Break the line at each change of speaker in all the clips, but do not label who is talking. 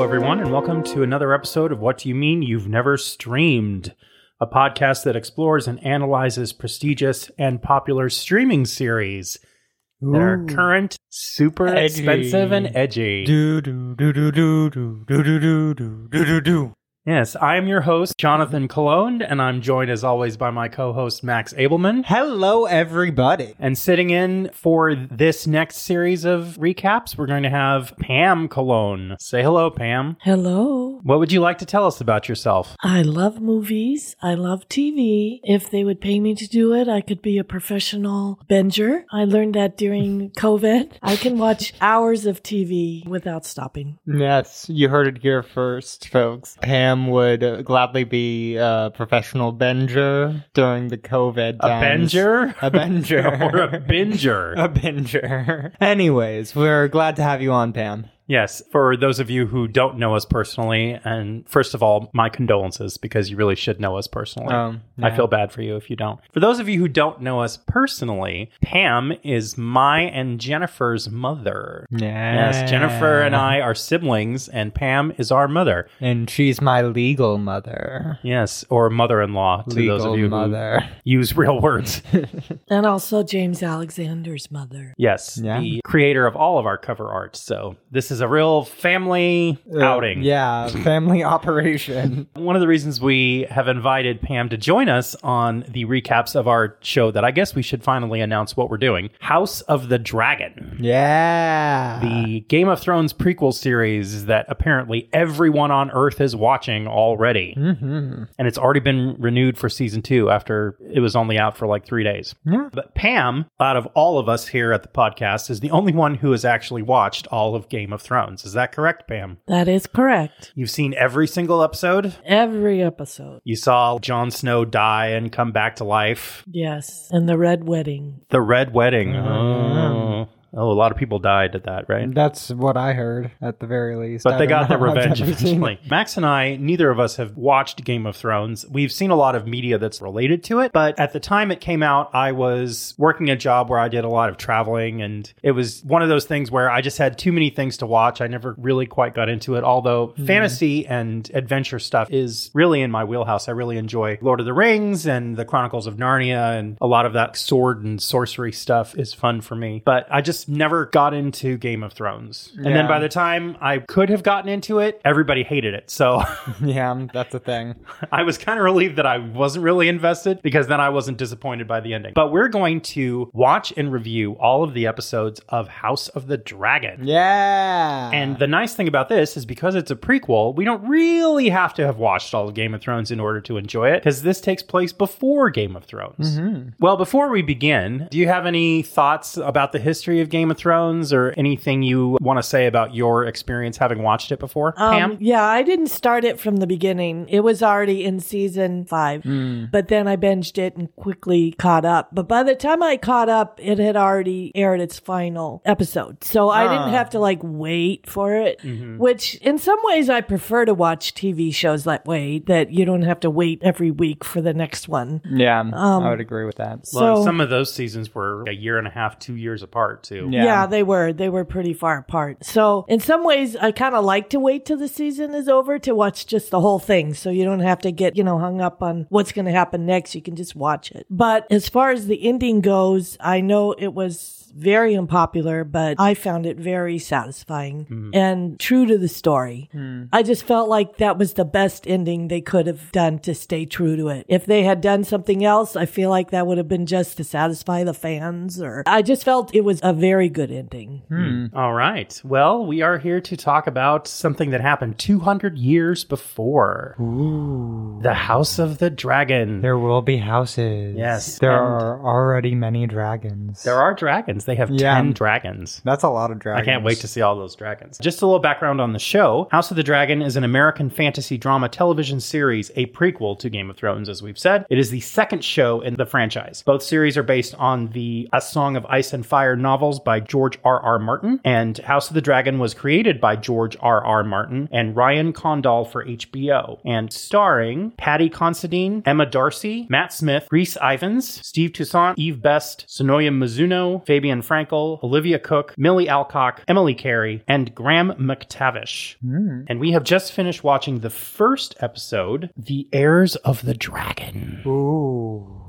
welcome to another episode of What Do You Mean You've Never Streamed, a podcast that explores and analyzes prestigious and popular streaming series that are
Ooh.
current, super
Edgy.
expensive, and edgy.
Do do do do do do do do do do do do do.
Yes, I am your host, Jonathan Cologne, and I'm joined as always by my co host, Max Abelman.
Hello, everybody.
And sitting in for this next series of recaps, we're going to have Pam Cologne. Say hello, Pam.
Hello.
What would you like to tell us about yourself?
I love movies. I love TV. If they would pay me to do it, I could be a professional binger. I learned that during COVID. I can watch hours of TV without stopping.
Yes, you heard it here first, folks. Pam would uh, gladly be a professional benger during the COVID
A
times.
binger?
A benger.
or a binger?
A binger. Anyways, we're glad to have you on, Pam.
Yes, for those of you who don't know us personally, and first of all, my condolences because you really should know us personally.
Um,
I feel bad for you if you don't. For those of you who don't know us personally, Pam is my and Jennifer's mother.
Yeah.
Yes, Jennifer and I are siblings, and Pam is our mother.
And she's my legal mother.
Yes, or mother in law to
legal
those of you
mother.
who use real words.
And also James Alexander's mother.
yes,
Yeah.
the creator of all of our cover art. So this is a real family
Uh,
outing.
Yeah, family operation.
One of the reasons we have invited Pam to join us on the recaps of our show that I guess we should finally announce what we're doing House of the Dragon.
Yeah.
The Game of Thrones prequel series that apparently everyone on Earth is watching already.
hmm
And it's already been renewed for season two after it was only out for like three days.
Yeah.
But Pam, out of all of us here at the podcast, is the only one who has actually watched all of Game of Thrones. Is that correct, Pam?
That is correct.
You've seen every single episode?
Every episode.
You saw Jon Snow die and come back to life.
Yes. And the Red Wedding.
The Red Wedding.
Mm.
Oh, oh a lot of people died at that, right?
That's what I heard at the very least.
But
I
they
don't
got
know
their
how much
revenge
I've seen.
eventually. Max and I, neither of us have watched Game of Thrones. We've seen a lot of media that's related to it, but at the time it came out, I was working a job where I did a lot of traveling, and it was one of those things where I just had too many things to watch. I never really quite got into it, although fantasy and adventure stuff is really in my wheelhouse. I really enjoy Lord of the Rings and the Chronicles of Narnia, and a lot of that sword and sorcery stuff is fun for me, but I just never got into Game of Thrones. And then
Yeah.
by the the time I could have gotten into it, everybody hated it. So
Yeah, that's a thing.
I was kind of relieved that I wasn't really invested because then I wasn't disappointed by the ending. But we're going to watch and review all of the episodes of House of the Dragon.
Yeah.
And the nice thing about this is because it's a prequel, we don't really have to have watched all of Game of Thrones in order to enjoy it because this takes place before Game of Thrones. Well, before we begin, do you have any thoughts about the history of Game of Thrones or anything you want to say about your experience having watched it before?
Um,
Pam?
yeah, I didn't start it from the beginning. It was already in season five,
Hmm.
but then I binged it and quickly caught up. But by the time I caught up, it had already aired its final episode. So I
Ah.
didn't have to like wait for it, which in some ways I prefer to watch TV shows that way, that you don't have to wait every week for the next one.
yeah,
Um,
I would agree with that.
Well,
so
some of those seasons were a year and a half, two years apart too.
Yeah.
Yeah. they were. They were pretty far apart. So, in some ways, I kind of like to wait till the season is over to watch just the whole thing. So, you don't have to get, you know, hung up on what's going to happen next. You can just watch it. But as far as the ending goes, I know it was very unpopular, but I found it very satisfying
Hmm.
and true to the story. I just felt like that was the best ending they could have done to stay true to it. If they had done something else, I feel like that would have been just to satisfy the fans or I just felt it was a very good ending.
Hmm. All right. Well, we are here to talk about something that happened 200 years before.
Ooh.
The House of the Dragon. There,
There will be houses.
Yes,
There
and-
are already many dragons.
are dragons. They have
Yeah.
10 dragons.
That's a lot of
I
dragons.
can't wait to see all those dragons. Just a little background on the show. House of the Dragon is an American fantasy drama television series, a prequel to Game of Thrones, as we've said. It is the second show in the franchise. Both series are based on the A Song of Ice and Fire novels novels by George R. R. Martin, and House of the Dragon was created by George R. R. Martin and Ryan Condal for HBO, and starring Patty Considine, Emma Darcy, Matt Smith, Reese Ivins, Steve Toussaint, Eve Best, Sonoya Mizuno, Fabian Frankel, Olivia Cook, Millie Alcock, Emily Carey, and Graham McTavish. And we have just finished watching the first episode, The Heirs of the Dragon.
Ooh.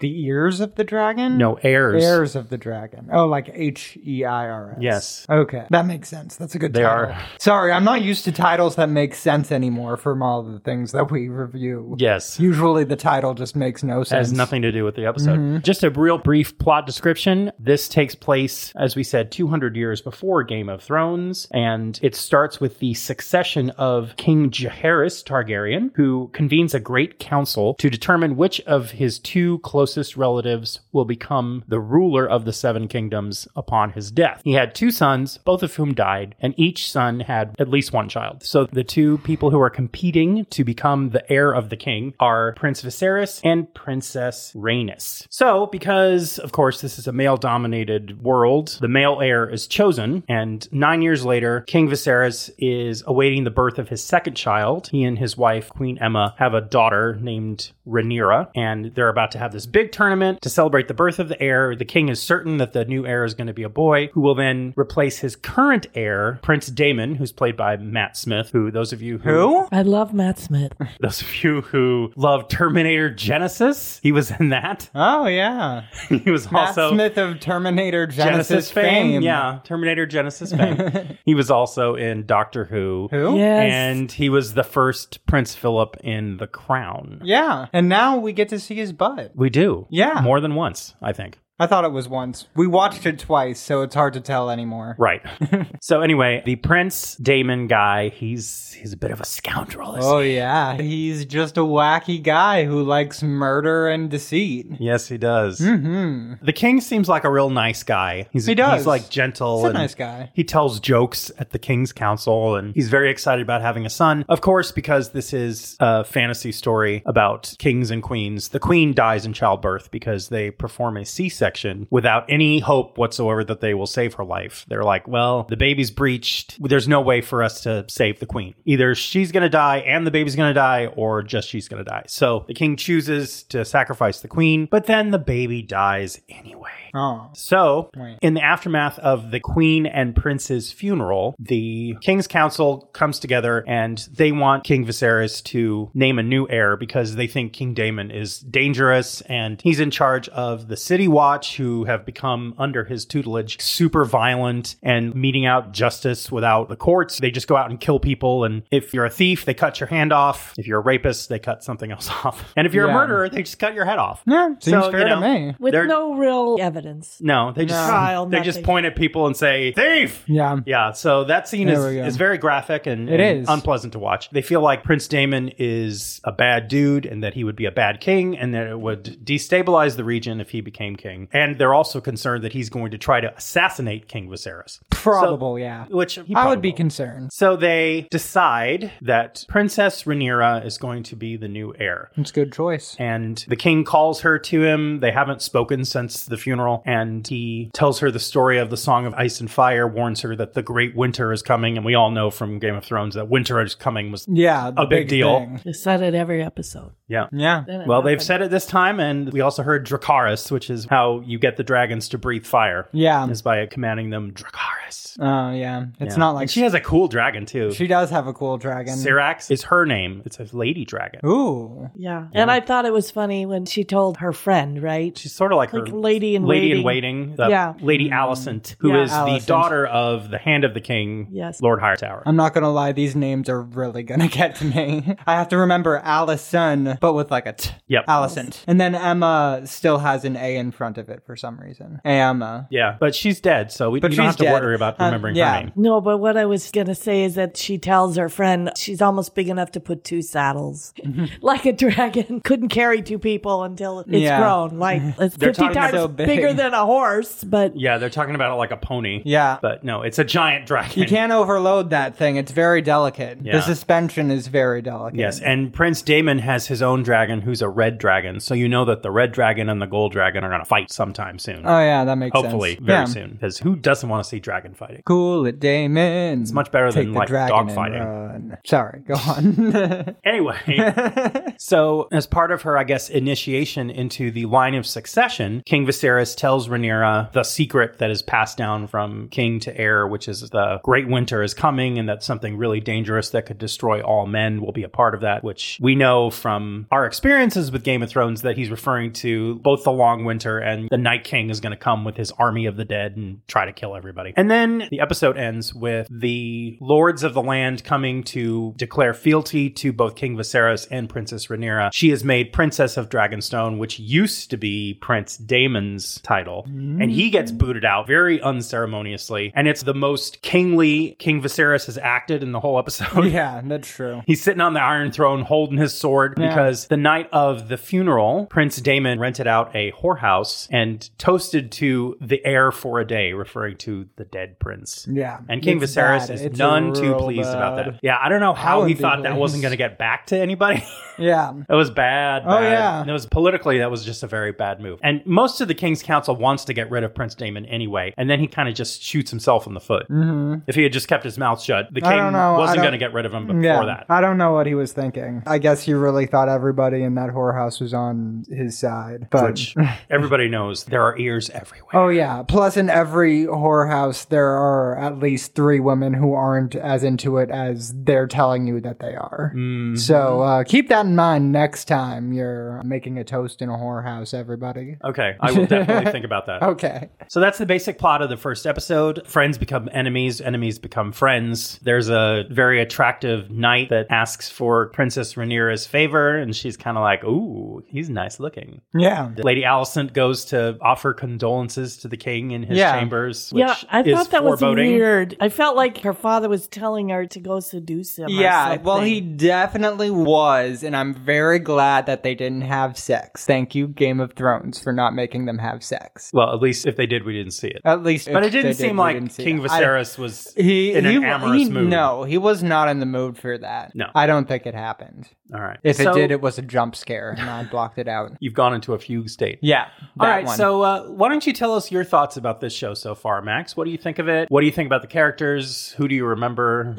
The ears of the dragon?
No, heirs.
Heirs of the dragon. Oh, like H E I R S.
Yes.
Okay. That makes sense. That's a good
They
title.
are-
Sorry, I'm not used to titles that make sense anymore from all the things that we review.
Yes.
Usually the title just makes no sense.
has nothing to do with the episode. Just a real brief plot description. This takes place, as we said, 200 years before Game of Thrones, and it starts with the succession of King Jaehaerys Targaryen, who convenes a great council to determine which of his two closest relatives will become the ruler of the Seven Kingdoms upon his death. He had two sons, both of whom died, and each son had at least one child. So the two people who are competing to become the heir of the king are Prince Viserys and Princess Rhaenys. So, because of course this is a male-dominated world, the male heir is chosen, and nine years later, King Viserys is awaiting the birth of his second child. He and his wife, Queen Emma, have a daughter named Rhaenyra, and they're about to have this big tournament to celebrate the birth of the heir. The king is certain that the new heir is going to be a boy, who will then replace his current heir, Prince Damon, who's played by Matt Smith. Who those of you who
I love Matt Smith.
those of you who love Terminator Genesis, he was in that.
Oh yeah.
He was also
Matt Smith of Terminator Genesis,
Genesis,
fame.
Yeah, Terminator Genesis fame. he was also in Doctor Who.
Who?
Yes.
Oh, And he was the first Prince Philip in The Crown.
Yeah. And now we get to see his butt.
We do.
Yeah.
More than once, I think.
I thought it was once. We watched it twice, so it's hard to tell anymore.
Right. so anyway, the Prince Damon guy, he's he's a bit of a scoundrel. isn't
Oh yeah, he's just a wacky guy who likes murder and deceit.
he? Yes, he does.
Hmm.
The king seems like a real nice guy. He's,
He does.
He's like gentle.
He's a
and
nice guy.
He tells jokes at the king's council, and he's very excited about having a son. Of course, because this is a fantasy story about kings and queens. The queen dies in childbirth because they perform a C-section without any hope whatsoever that they will save her life. They're like, well, the baby's breached. There's no way for us to save the queen. Either she's going to die and the baby's going to die, or just she's going to die. So the king chooses to sacrifice the queen, but then the baby dies anyway.
Oh.
So,
Right.
in the aftermath of the Queen and Prince's funeral, the King's Council comes together and they want King Viserys to name a new heir because they think King Damon is dangerous and he's in charge of the City Watch, who have become under his tutelage super violent and meeting out justice without the courts. They just go out and kill people. And if you're a thief, they cut your hand off. If you're a rapist, they cut something else off. And if you're
Yeah.
a murderer, they just cut your head off.
Yeah, seems
So,
fair
you
to
know,
me.
With
They're-
no real evidence.
No, they just
No.
Trial,
they just
nothing.
point at people and say thief.
Yeah.
Yeah, so that scene is,
There we go.
is very graphic and,
It
and
is.
unpleasant to watch. They feel like Prince Damon is a bad dude and that he would be a bad king and that it would destabilize the region if he became king. And they're also concerned that he's going to try to assassinate King Viserys,
Probable, yeah.
which he
I
probably
would be
will.
concerned.
So they decide that Princess Rhaenyra is going to be the new heir.
It's a good choice.
And the king calls her to him. They haven't spoken since the funeral. And he tells her the story of the Song of Ice and Fire, warns her that the great winter is coming. And we all know from Game of Thrones that winter is coming was.
Yeah, the
A big deal.
thing.
They said it every episode.
Yeah.
Yeah.
Then it
Well, they've
happened.
said it this time. And we also heard Dracaris, which is how you get the dragons to breathe fire,
Yeah.
is by commanding them Dracaris.
Oh yeah. It's
Yeah.
not like
And she has a cool dragon, too.
she does have a cool dragon.
Syrax is her name. It's a lady dragon.
Ooh.
Yeah. And I thought it was funny when she told her friend, right?
She's sort of like,
Like
her
lady in
lady in
waiting.
waiting, the
Yeah.
Mm-hmm.
Lady Alicent, who is
Yeah.
the
Alicent.
daughter of the Hand of the King,
Yes.
Lord Hightower.
I'm not gonna lie, these names are really gonna get to me. I have to remember Allison, but with like a t.
Yep.
Allison. And then Emma still has an A in front of it for some reason. Emma.
yeah, but she's dead, so we
But
you don't
she's
have to
dead.
worry about
Uh,
remembering
yeah.
her name.
No, but what I was going to say is that she tells her friend she's almost big enough to put two saddles. like a dragon couldn't carry two people until it's
Yeah.
grown. Like it's
They're
50
talking
times
so big.
bigger than a horse, but
Yeah, they're talking about it like a pony.
Yeah.
but no, it's a giant dragon.
You can't overload that thing. It's very delicate.
Yeah.
The suspension is very delicate.
Yes, and Prince Damon has his own dragon, who's a red dragon. So you know that the red dragon and the gold dragon are going to fight. point sometime soon.
Oh yeah, that makes
Hopefully,
sense.
very
Yeah.
soon. Because who doesn't want to see dragon fighting?
Cool it, Damon. It's
much better than, like, dog fighting.
Sorry, go on.
Anyway, so as part of her, I guess, initiation into the line of succession, King Viserys tells Rhaenyra the secret that is passed down from king to heir, which is the Great Winter is coming, and that something really dangerous that could destroy all men will be a part of that. Which we know from our experiences with Game of Thrones that he's referring to both the Long Winter and the Night King is going to come with his army of the dead and try to kill everybody. And then the episode ends with the lords of the land coming to declare fealty to both King Viserys and Princess Rhaenyra. She is made Princess of Dragonstone, which used to be Prince Damon's title, and he gets booted out very unceremoniously. And it's the most kingly King Viserys has acted in the whole episode.
yeah, that's true.
He's sitting on the Iron Throne holding his sword because the night of the funeral, Prince Damon rented out a whorehouse and toasted to the air for a day, referring to the dead prince.
Yeah,
And King
It's
Viserys
bad.
is
It's
none too
real
pleased about
bad.
that. Yeah, I don't know how
I
he
wouldn't be
thought that wasn't
pleased.
going to get back to anybody.
Yeah,
It was bad.
Oh,
bad.
yeah.
And it was politically that was just a very bad move. And most of the King's Council wants to get rid of Prince Damon anyway, and then he kind of just shoots himself in the foot. Mm-hmm. If he had just kept his mouth shut, the
I
King
don't know. I
wasn't
don't-
going to get rid of him before
yeah.
that.
I don't know what he was thinking. I guess he really thought everybody in that whorehouse was on his side. But
Which everybody knows there are ears everywhere.
oh yeah, plus in every whorehouse there are at least three women who aren't as into it as they're telling you that they are. So uh, keep that in mind next time you're making a toast in a whorehouse, everybody.
Okay, I will definitely think about that.
Okay.
So that's the basic plot of the first episode. Friends become enemies, enemies become friends. There's a very attractive knight that asks for Princess Rhaenyra's favor, and she's kind of like, "Ooh, he's nice looking."
Yeah.
Lady Alicent goes to offer condolences to the king in his
Yeah.
chambers. Which
Yeah, I
is
thought that was
foreboding.
weird. I felt like her father was telling her to go seduce him. or
Yeah, well,
something.
he definitely was, and I'm very glad that they didn't have sex.
Thank you, Game of Thrones, for not making them have sex.
Well, at least if they did, we didn't see it.
At least,
But it
if they
didn't
did,
seem
we
like
didn't see
King
it. I-
Viserys was
He-
in an
he-
amorous
he-
mood.
No, he was not in the mood for that.
No.
I don't think it happened.
All right.
If
So-
it did, it was a jump scare, and I blocked it out.
You've gone into a fugue state.
Yeah.
All
that
right,
one.
so uh, why don't you tell us your thoughts about this show so far, Max? What do you think of it? What do you think about the characters? Who do you remember?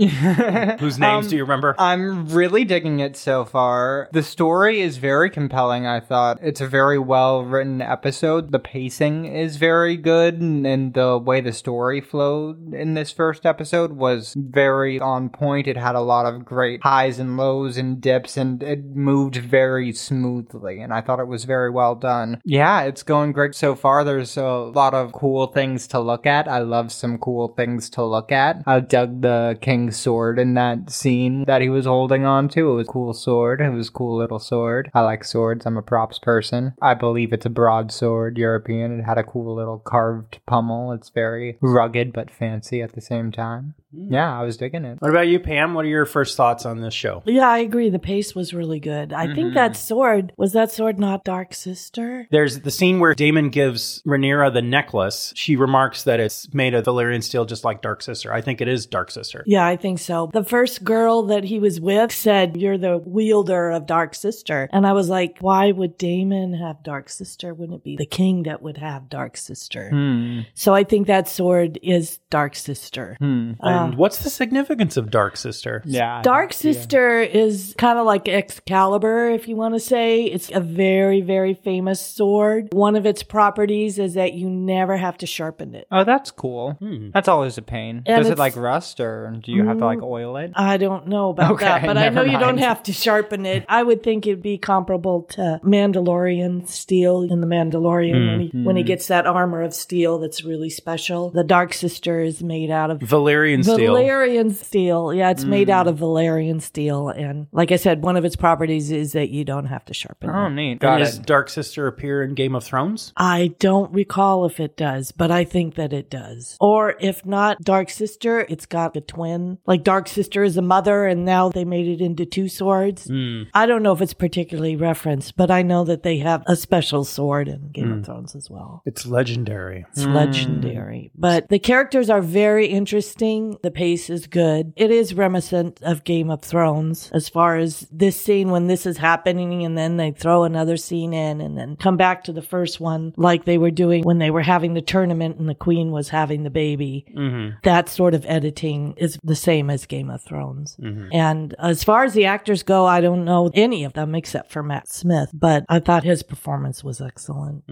Whose names do you remember?
I'm really digging it so far. The story is very compelling, I thought. It's a very well written episode. The pacing is very good, and, and the way the story flowed in this first episode was very on point. It had a lot of great highs and lows and dips, and it moved very smoothly, and I thought it was very well done. Yeah, it's going great so far. There's a lot of cool things to look at. I love some cool things to look at. I dug the king's sword in that scene that he was holding on to. It was a cool sword. It was a cool little sword. I like swords. I'm a props person. I believe it's a broadsword, European. It had a cool little carved pommel. It's very rugged but fancy at the same time.
Hmm.
Yeah, I was digging it.
what about you, Pam? What are your first thoughts on this show?
Yeah, I agree. The pace was really good. I think that sword was that sword not Dark Sister?
There's the scene where Damon gives Rhaenyra the necklace. She remarks that it's made of Valyrian steel, just like Dark Sister. I think it is Dark Sister.
Yeah, I think so. The first girl that he was with said, You're the wielder of Dark Sister. And I was like, Why would Damon have Dark Sister? Wouldn't it be the king that would have Dark Sister?
Hmm.
So I think that sword is Dark Sister.
and what's the significance of Dark Sister?
Yeah.
Dark Sister is kind of like Excalibur, if you want to say. It's a very, very famous sword. One of its properties is that you never have to sharpen it.
Oh, that's cool. That's always a pain.
Hmm. And
Does it
it's- Mm.
like rust or do you have to like oil it?
I don't know about
Okay,
that, but I know
never
you don't
mind.
have to sharpen it. I would think it'd be comparable to Mandalorian steel in the Mandalorian when, he,
Mm-hmm.
when he gets that armor of steel that's really special. The Dark Sister is made out of
Valyrian steel.
Valerian steel. Yeah, it's made
Mm.
out of Valerian steel. And like I said, one of its properties is that you don't have to sharpen
Oh,
it.
neat.
And
Got
does
it.
Dark Sister appear in Game of Thrones?
I don't recall if it does, but I think that it does. Or if not, Dark Sister, it's got a twin. Like Dark Sister is a mother, and now they made it into two swords. I don't know if it's particularly referenced, but I know that they have a special sword in Game of Thrones as well.
It's legendary.
It's legendary. But the characters are very interesting. The pace is good. It is reminiscent of Game of Thrones as far as this scene when this is happening and then they throw another scene in and then come back to the first this one, like they were doing when they were having the tournament and the queen was having the baby.
Mm-hmm.
That sort of editing is the same as Game of Thrones.
Mhm.
And as far as the actors go, I don't know any of them except for Matt Smith, but I thought his performance was excellent.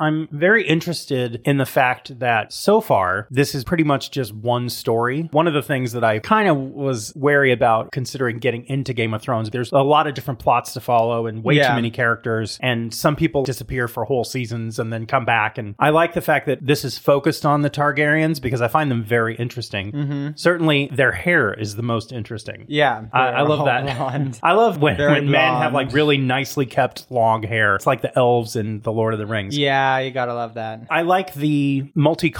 I'm very interested in the fact that so far, this is pretty much just one story. One of the things that I kind of was wary about considering getting into Game of Thrones, there's a lot of different plots to follow and way too
Yeah.
many characters. And some people disappear for whole seasons and then come back. And I like the fact that this is focused on the Targaryens because I find them very interesting. Certainly, their hair is the most interesting.
Mm-hmm. Yeah,
I, I
they're
love
all
that.
blonde.
I love when,
Very
when men
blonde.
have like really nicely kept long hair. It's like the elves in The Lord of the Rings.
yeah, you gotta love that.
I like the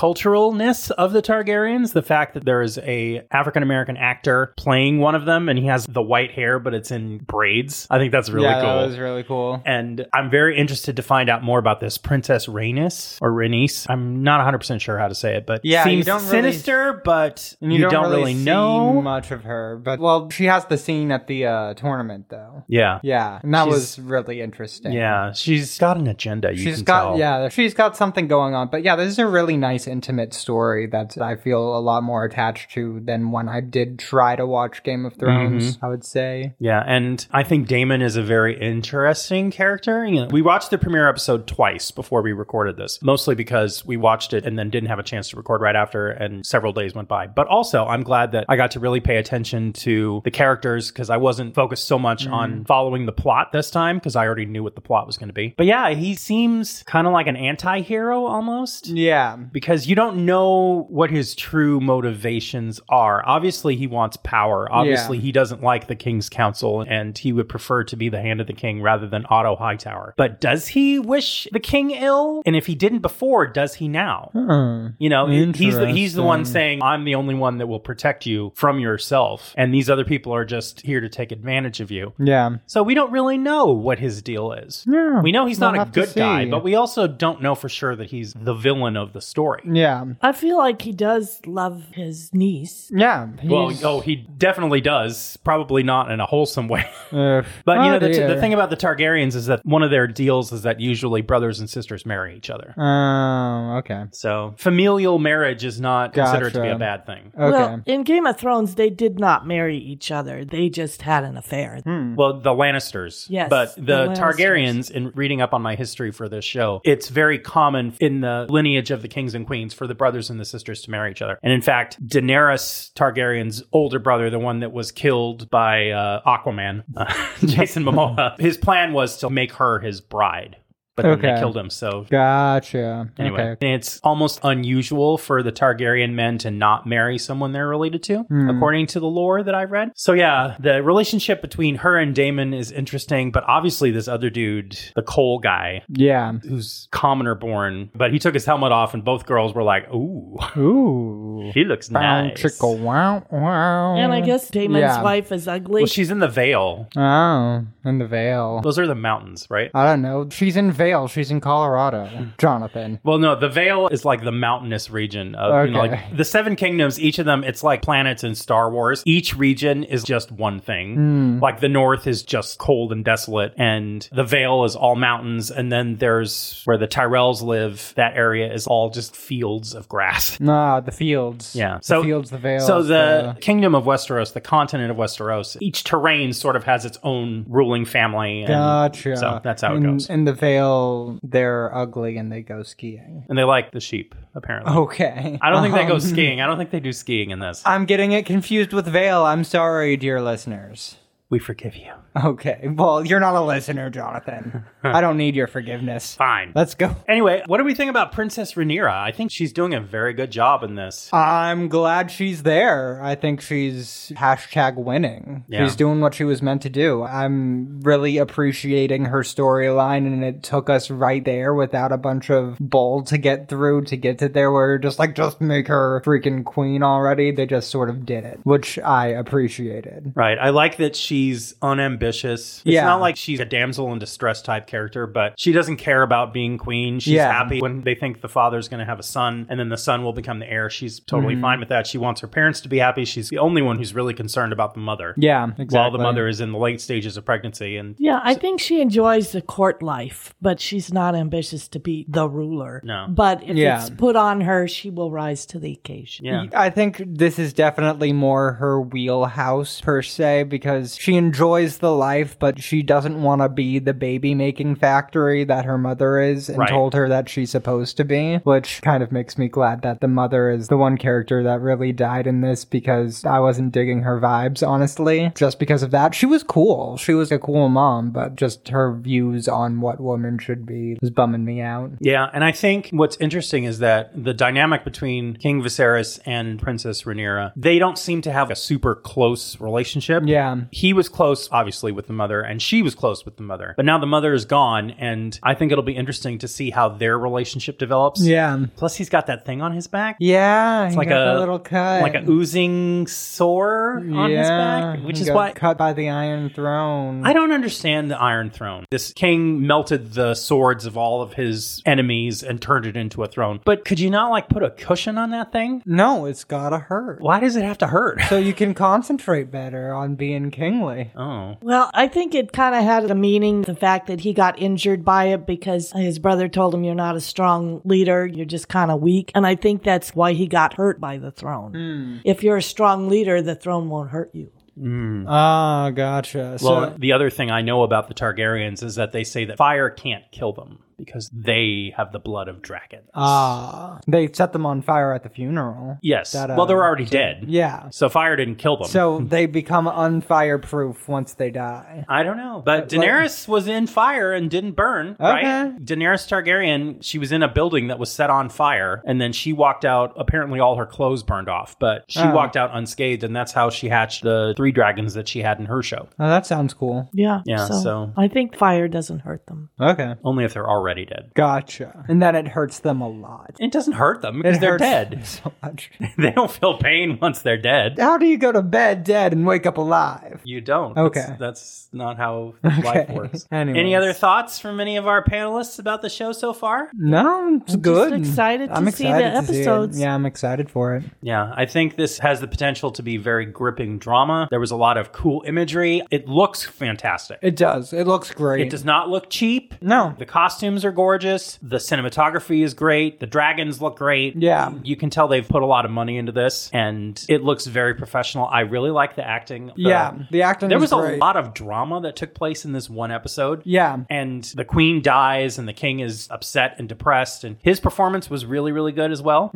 multiculturalness of the Targaryens, the fact that there is a African American actor playing one of them and he has the white hair but it's in braids. I think that's really
yeah,
cool.
that was really cool.
and I'm very interested to find out more about this Princess Rhaenys or Rhaenys. I'm not 100% sure how to say it, but
Yeah, you
seems
don't really-
sinister, but
And
you, don't, really,
see
know.
much of her, but well, she has the scene at the uh, tournament though.
yeah.
Yeah, and that
She's-
was really interesting.
Yeah, she's got an agenda. You
She's
can
got
tell.
yeah, she's got something going on. But yeah, this is a really nice intimate story that I feel a lot more attached to than when I did try to watch Game of Thrones,
Mm-hmm.
I would say.
Yeah, and I think Damon is a very interesting character. You know, we watched the premiere episode twice before we recorded this, mostly because we watched it and then didn't have a chance to record right after, and several days went by. But also, I'm glad that I got to really pay attention to the characters because I wasn't focused so much on following the plot this time because I already knew what the plot was going to be. But yeah, he seems kind of like an anti hero almost
Yeah.
because you don't know what his true motivations are. Obviously, he wants power. Obviously, he doesn't like the king's council and he would prefer to be the hand of the king rather than Otto Hightower. But does he wish the king ill? And if he didn't before, does he now? You know, he's the, he's the one saying, I'm the only one that will protect you from yourself. And these other people are just here to take advantage of you.
Yeah.
So we don't really know what his deal is. We know he's
we'll
not a
have to
good guy,
see.
but we also don't know for sure that he's the villain of the story.
Yeah.
I feel like he does love his niece.
Yeah.
Well,
he's-
oh, he definitely does. Probably not in a wholesome way.
Ugh.
But you
Oh,
know, the,
dear.
the thing about the Targaryens is that one of their deals is that usually brothers and sisters marry each other.
Oh, okay.
So familial marriage is not considered to be
Gotcha.
a bad thing.
Okay.
Well, in Game of Thrones, they did not marry each other. They just had an affair.
Hmm.
Well, the Lannisters.
Hmm. Yes,
But
the
the,
Lannisters.
Targaryens, in reading up on my history for this show, it's very common in the lineage of the kings and queens for the brothers and the sisters to marry each other. And in fact, Daenerys Targaryen's older brother, the one that was killed by uh, Aquaman, uh, Jason Momoa, his plan was to make her his bride. But then they
Okay.
killed him. So
Gotcha.
anyway,
Okay.
and it's almost unusual for the Targaryen men to not marry someone they're related to, according to the lore that I read. So yeah, the relationship between her and Damon is interesting, but obviously this other dude, the Cole guy,
Yeah.
who's commoner born, but he took his helmet off, and both girls were like, "Ooh,
Ooh.
he looks
Bow,
nice."
trickle, wow, wow.
And I guess Damon's
Yeah.
wife is ugly.
Well, she's in the Vale.
Oh, and the veil.
Those are the mountains, right?
I don't know. She's in Vale. She's in Colorado. Jonathan.
Well, no, the Vale is like the mountainous region of you know,
Okay.
like the Seven Kingdoms. Each of them, it's like planets in Star Wars. Each region is just one thing.
Hmm.
Like the North is just cold and desolate, and the Vale is all mountains. And then there's where the Tyrells live. That area is all just fields of grass.
Nah, the fields.
Yeah.
So the fields, the Vale.
So the kingdom of Westeros, the continent of Westeros, each terrain sort of has its own ruling family. And
Gotcha.
So that's how it
in,
goes.
In the Vale, they're ugly and they go skiing.
And they like the sheep, apparently.
Okay.
I don't think they go
Um,
skiing. I don't think they do skiing in this.
I'm getting it confused with Vale. I'm sorry, dear listeners.
We forgive you.
Okay. Well, you're not a listener, Jonathan. I don't need your forgiveness.
Fine.
Let's go.
Anyway, what do we think about Princess Rhaenyra? I think she's doing a very good job in this.
I'm glad she's there. I think she's hashtag winning.
Yeah.
She's doing what she was meant to do. I'm really appreciating her storyline, and it took us right there without a bunch of bull to get through to get to there where you're just like, just make her freaking queen already. They just sort of did it, which I appreciated.
Right. I like that she's ambitious. It's
Yeah.
not like she's a damsel in distress type character, but she doesn't care about being queen. She's
Yeah.
happy when they think the father's going to have a son and then the son will become the heir. She's totally
Mm-hmm.
fine with that. She wants her parents to be happy. She's the only one who's really concerned about the mother
Yeah, exactly.
while the mother is in the late stages of pregnancy. And
Yeah, I think she enjoys the court life, but she's not ambitious to be the ruler.
No.
But if
Yeah.
it's put on her, she will rise to the occasion.
yeah.
I think this is definitely more her wheelhouse per se because she enjoys the life, but she doesn't want to be the baby making factory that her mother is and
Right.
told her that she's supposed to be, which kind of makes me glad that the mother is the one character that really died in this because I wasn't digging her vibes, honestly. Just because of that, she was cool. She was a cool mom, but just her views on what women should be was bumming me out.
Yeah, and I think what's interesting is that the dynamic between King Viserys and Princess Rhaenyra, they don't seem to have a super close relationship.
Yeah.
He was close, obviously, with the mother, and she was close with the mother. But now the mother is gone, and I think it'll be interesting to see how their relationship develops.
Yeah.
Plus, he's got that thing on his back.
Yeah,
It's like a
little cut,
like an oozing sore on his back, which
he
is
got
why
cut by the Iron Throne.
I don't understand the Iron Throne. This king melted the swords of all of his enemies and turned it into a throne. But could you not like put a cushion on that thing?
no, it's gotta hurt.
Why does it have to hurt?
So you can concentrate better on being kingly.
oh.
Well, I think it kind of had a meaning, the fact that he got injured by it because his brother told him, You're not a strong leader, you're just kind of weak. And I think that's why he got hurt by the throne.
Hmm.
If you're a strong leader, the throne won't hurt you.
Ah, gotcha. So
Well, the other thing I know about the Targaryens is that they say that fire can't kill them because they have the blood of dragons.
ah, they set them on fire at the funeral.
yes.
that, uh,
well, they're already dead.
Yeah.
So fire didn't kill them.
So they become unfireproof once they die.
I don't know, but Daenerys was in fire and didn't burn, right? Daenerys Targaryen, she was in a building that was set on fire, and then she walked out. Apparently, all her clothes burned off, but she
Oh.
walked out unscathed, and that's how she hatched the three dragons that she had in her show.
Oh, that sounds cool.
Yeah.
Yeah, so-
I think fire doesn't hurt them.
Okay.
Only if they're already dead.
Gotcha. And then it hurts them a lot.
It doesn't hurt them because
It
they're
hurts
dead.
so much.
they don't feel pain once they're dead.
How do you go to bed dead and wake up alive?
You don't.
Okay.
That's, that's not how life
Okay.
works.
Anyways.
Any other thoughts from any of our panelists about the show so far?
No, it's good.
excited to see the
see it.
episodes.
yeah, I'm excited for it.
Yeah, I think this has the potential to be very gripping drama. There was a lot of cool imagery. It looks fantastic. It,
It does. It looks great.
does not look cheap.
No.
The costumes are gorgeous. The cinematography is great. The dragons look great.
Yeah.
You can tell they've put a lot of money into this and it looks very professional. I really like the acting. The-
yeah, the acting.
There was
great.
a lot of drama that took place in this one episode.
Yeah,
And the queen dies, and the king is upset and depressed. And his performance was really, really good as well.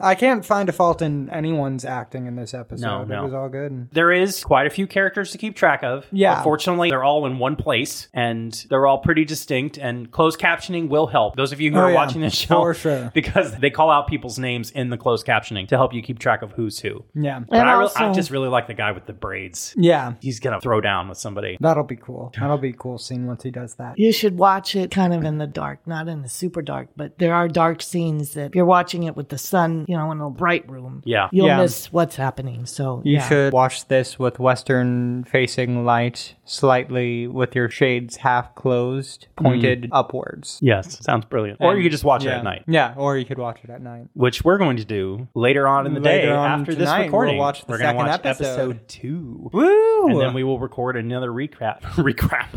I can't find a fault in anyone's acting in this episode.
No, no.
It was all good.
There is quite a few characters to keep track of.
Yeah.
But Fortunately, they're all in one place and they're all pretty distinct, and closed captioning will help. Those of you who
Oh,
are
yeah.
watching this show,
For sure.
because they call out people's names in the closed captioning to help you keep track of who's who.
Yeah,
But
And
I, re-
also-
I just really like the guy with the braids.
yeah,
He's going to throw down with somebody.
that'll be cool. That'll be a cool scene once he does that.
You should watch it kind of in the dark, not in the super dark, but there are dark scenes that if you're watching it with the sun, you know, in a bright room,
Yeah.
you'll
Yeah.
miss what's happening. So
You
yeah.
should watch this with western facing light, slightly with your shades half closed, pointed upwards.
Yes. Sounds brilliant. Or you could just Mm. watch it
yeah.
at night,
Yeah, or you could watch it at night.
which we're going to do later on in the
Later
day
on
after
tonight,
this
we'll
recording.
watch the
are going to
second
watch
episode.
episode two.
Woo!
And then we will record another recap. recap.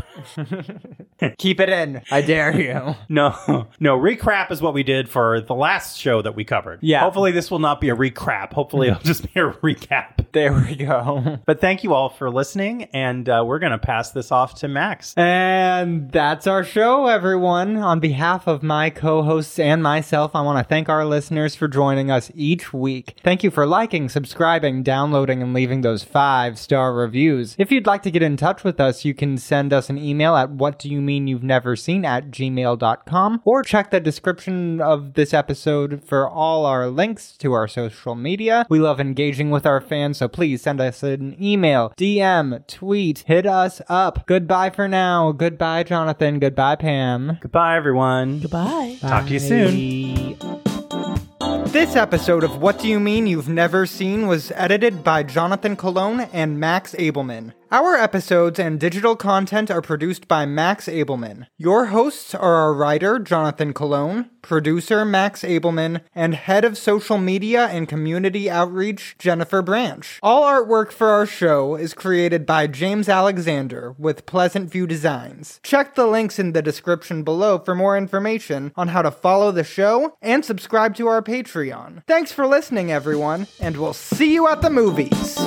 keep it in. I dare you.
No, no, recrap is what we did for the last show that we covered.
Yeah.
Hopefully, this will not be a recrap. Hopefully, it'll just be a recap.
there we go.
But thank you all for listening, and uh, we're going to pass this off to Max.
And that's our show, everyone. On behalf of my co hosts and myself, I want to thank our listeners for joining us each week. Thank you for liking, subscribing, downloading, and leaving those five star reviews. If you'd like to get in touch with us, you can send us an email at what do you mean you've never seen at gmail.com or check the description of this episode for all our links to our social media. We love engaging with our fans, so please send us an email, DM, tweet, hit us up. Goodbye for now. Goodbye, Jonathan. Goodbye, Pam.
Goodbye, everyone.
Goodbye.
Talk to you soon.
This episode of What Do You Mean You've Never Seen was edited by Jonathan Colon and Max Abelman. Our episodes and digital content are produced by Max Abelman. Your hosts are our writer, Jonathan Cologne, producer, Max Abelman, and head of social media and community outreach, Jennifer Branch. All artwork for our show is created by James Alexander with Pleasant View Designs. Check the links in the description below for more information on how to follow the show and subscribe to our Patreon. Thanks for listening, everyone, and we'll see you at the movies.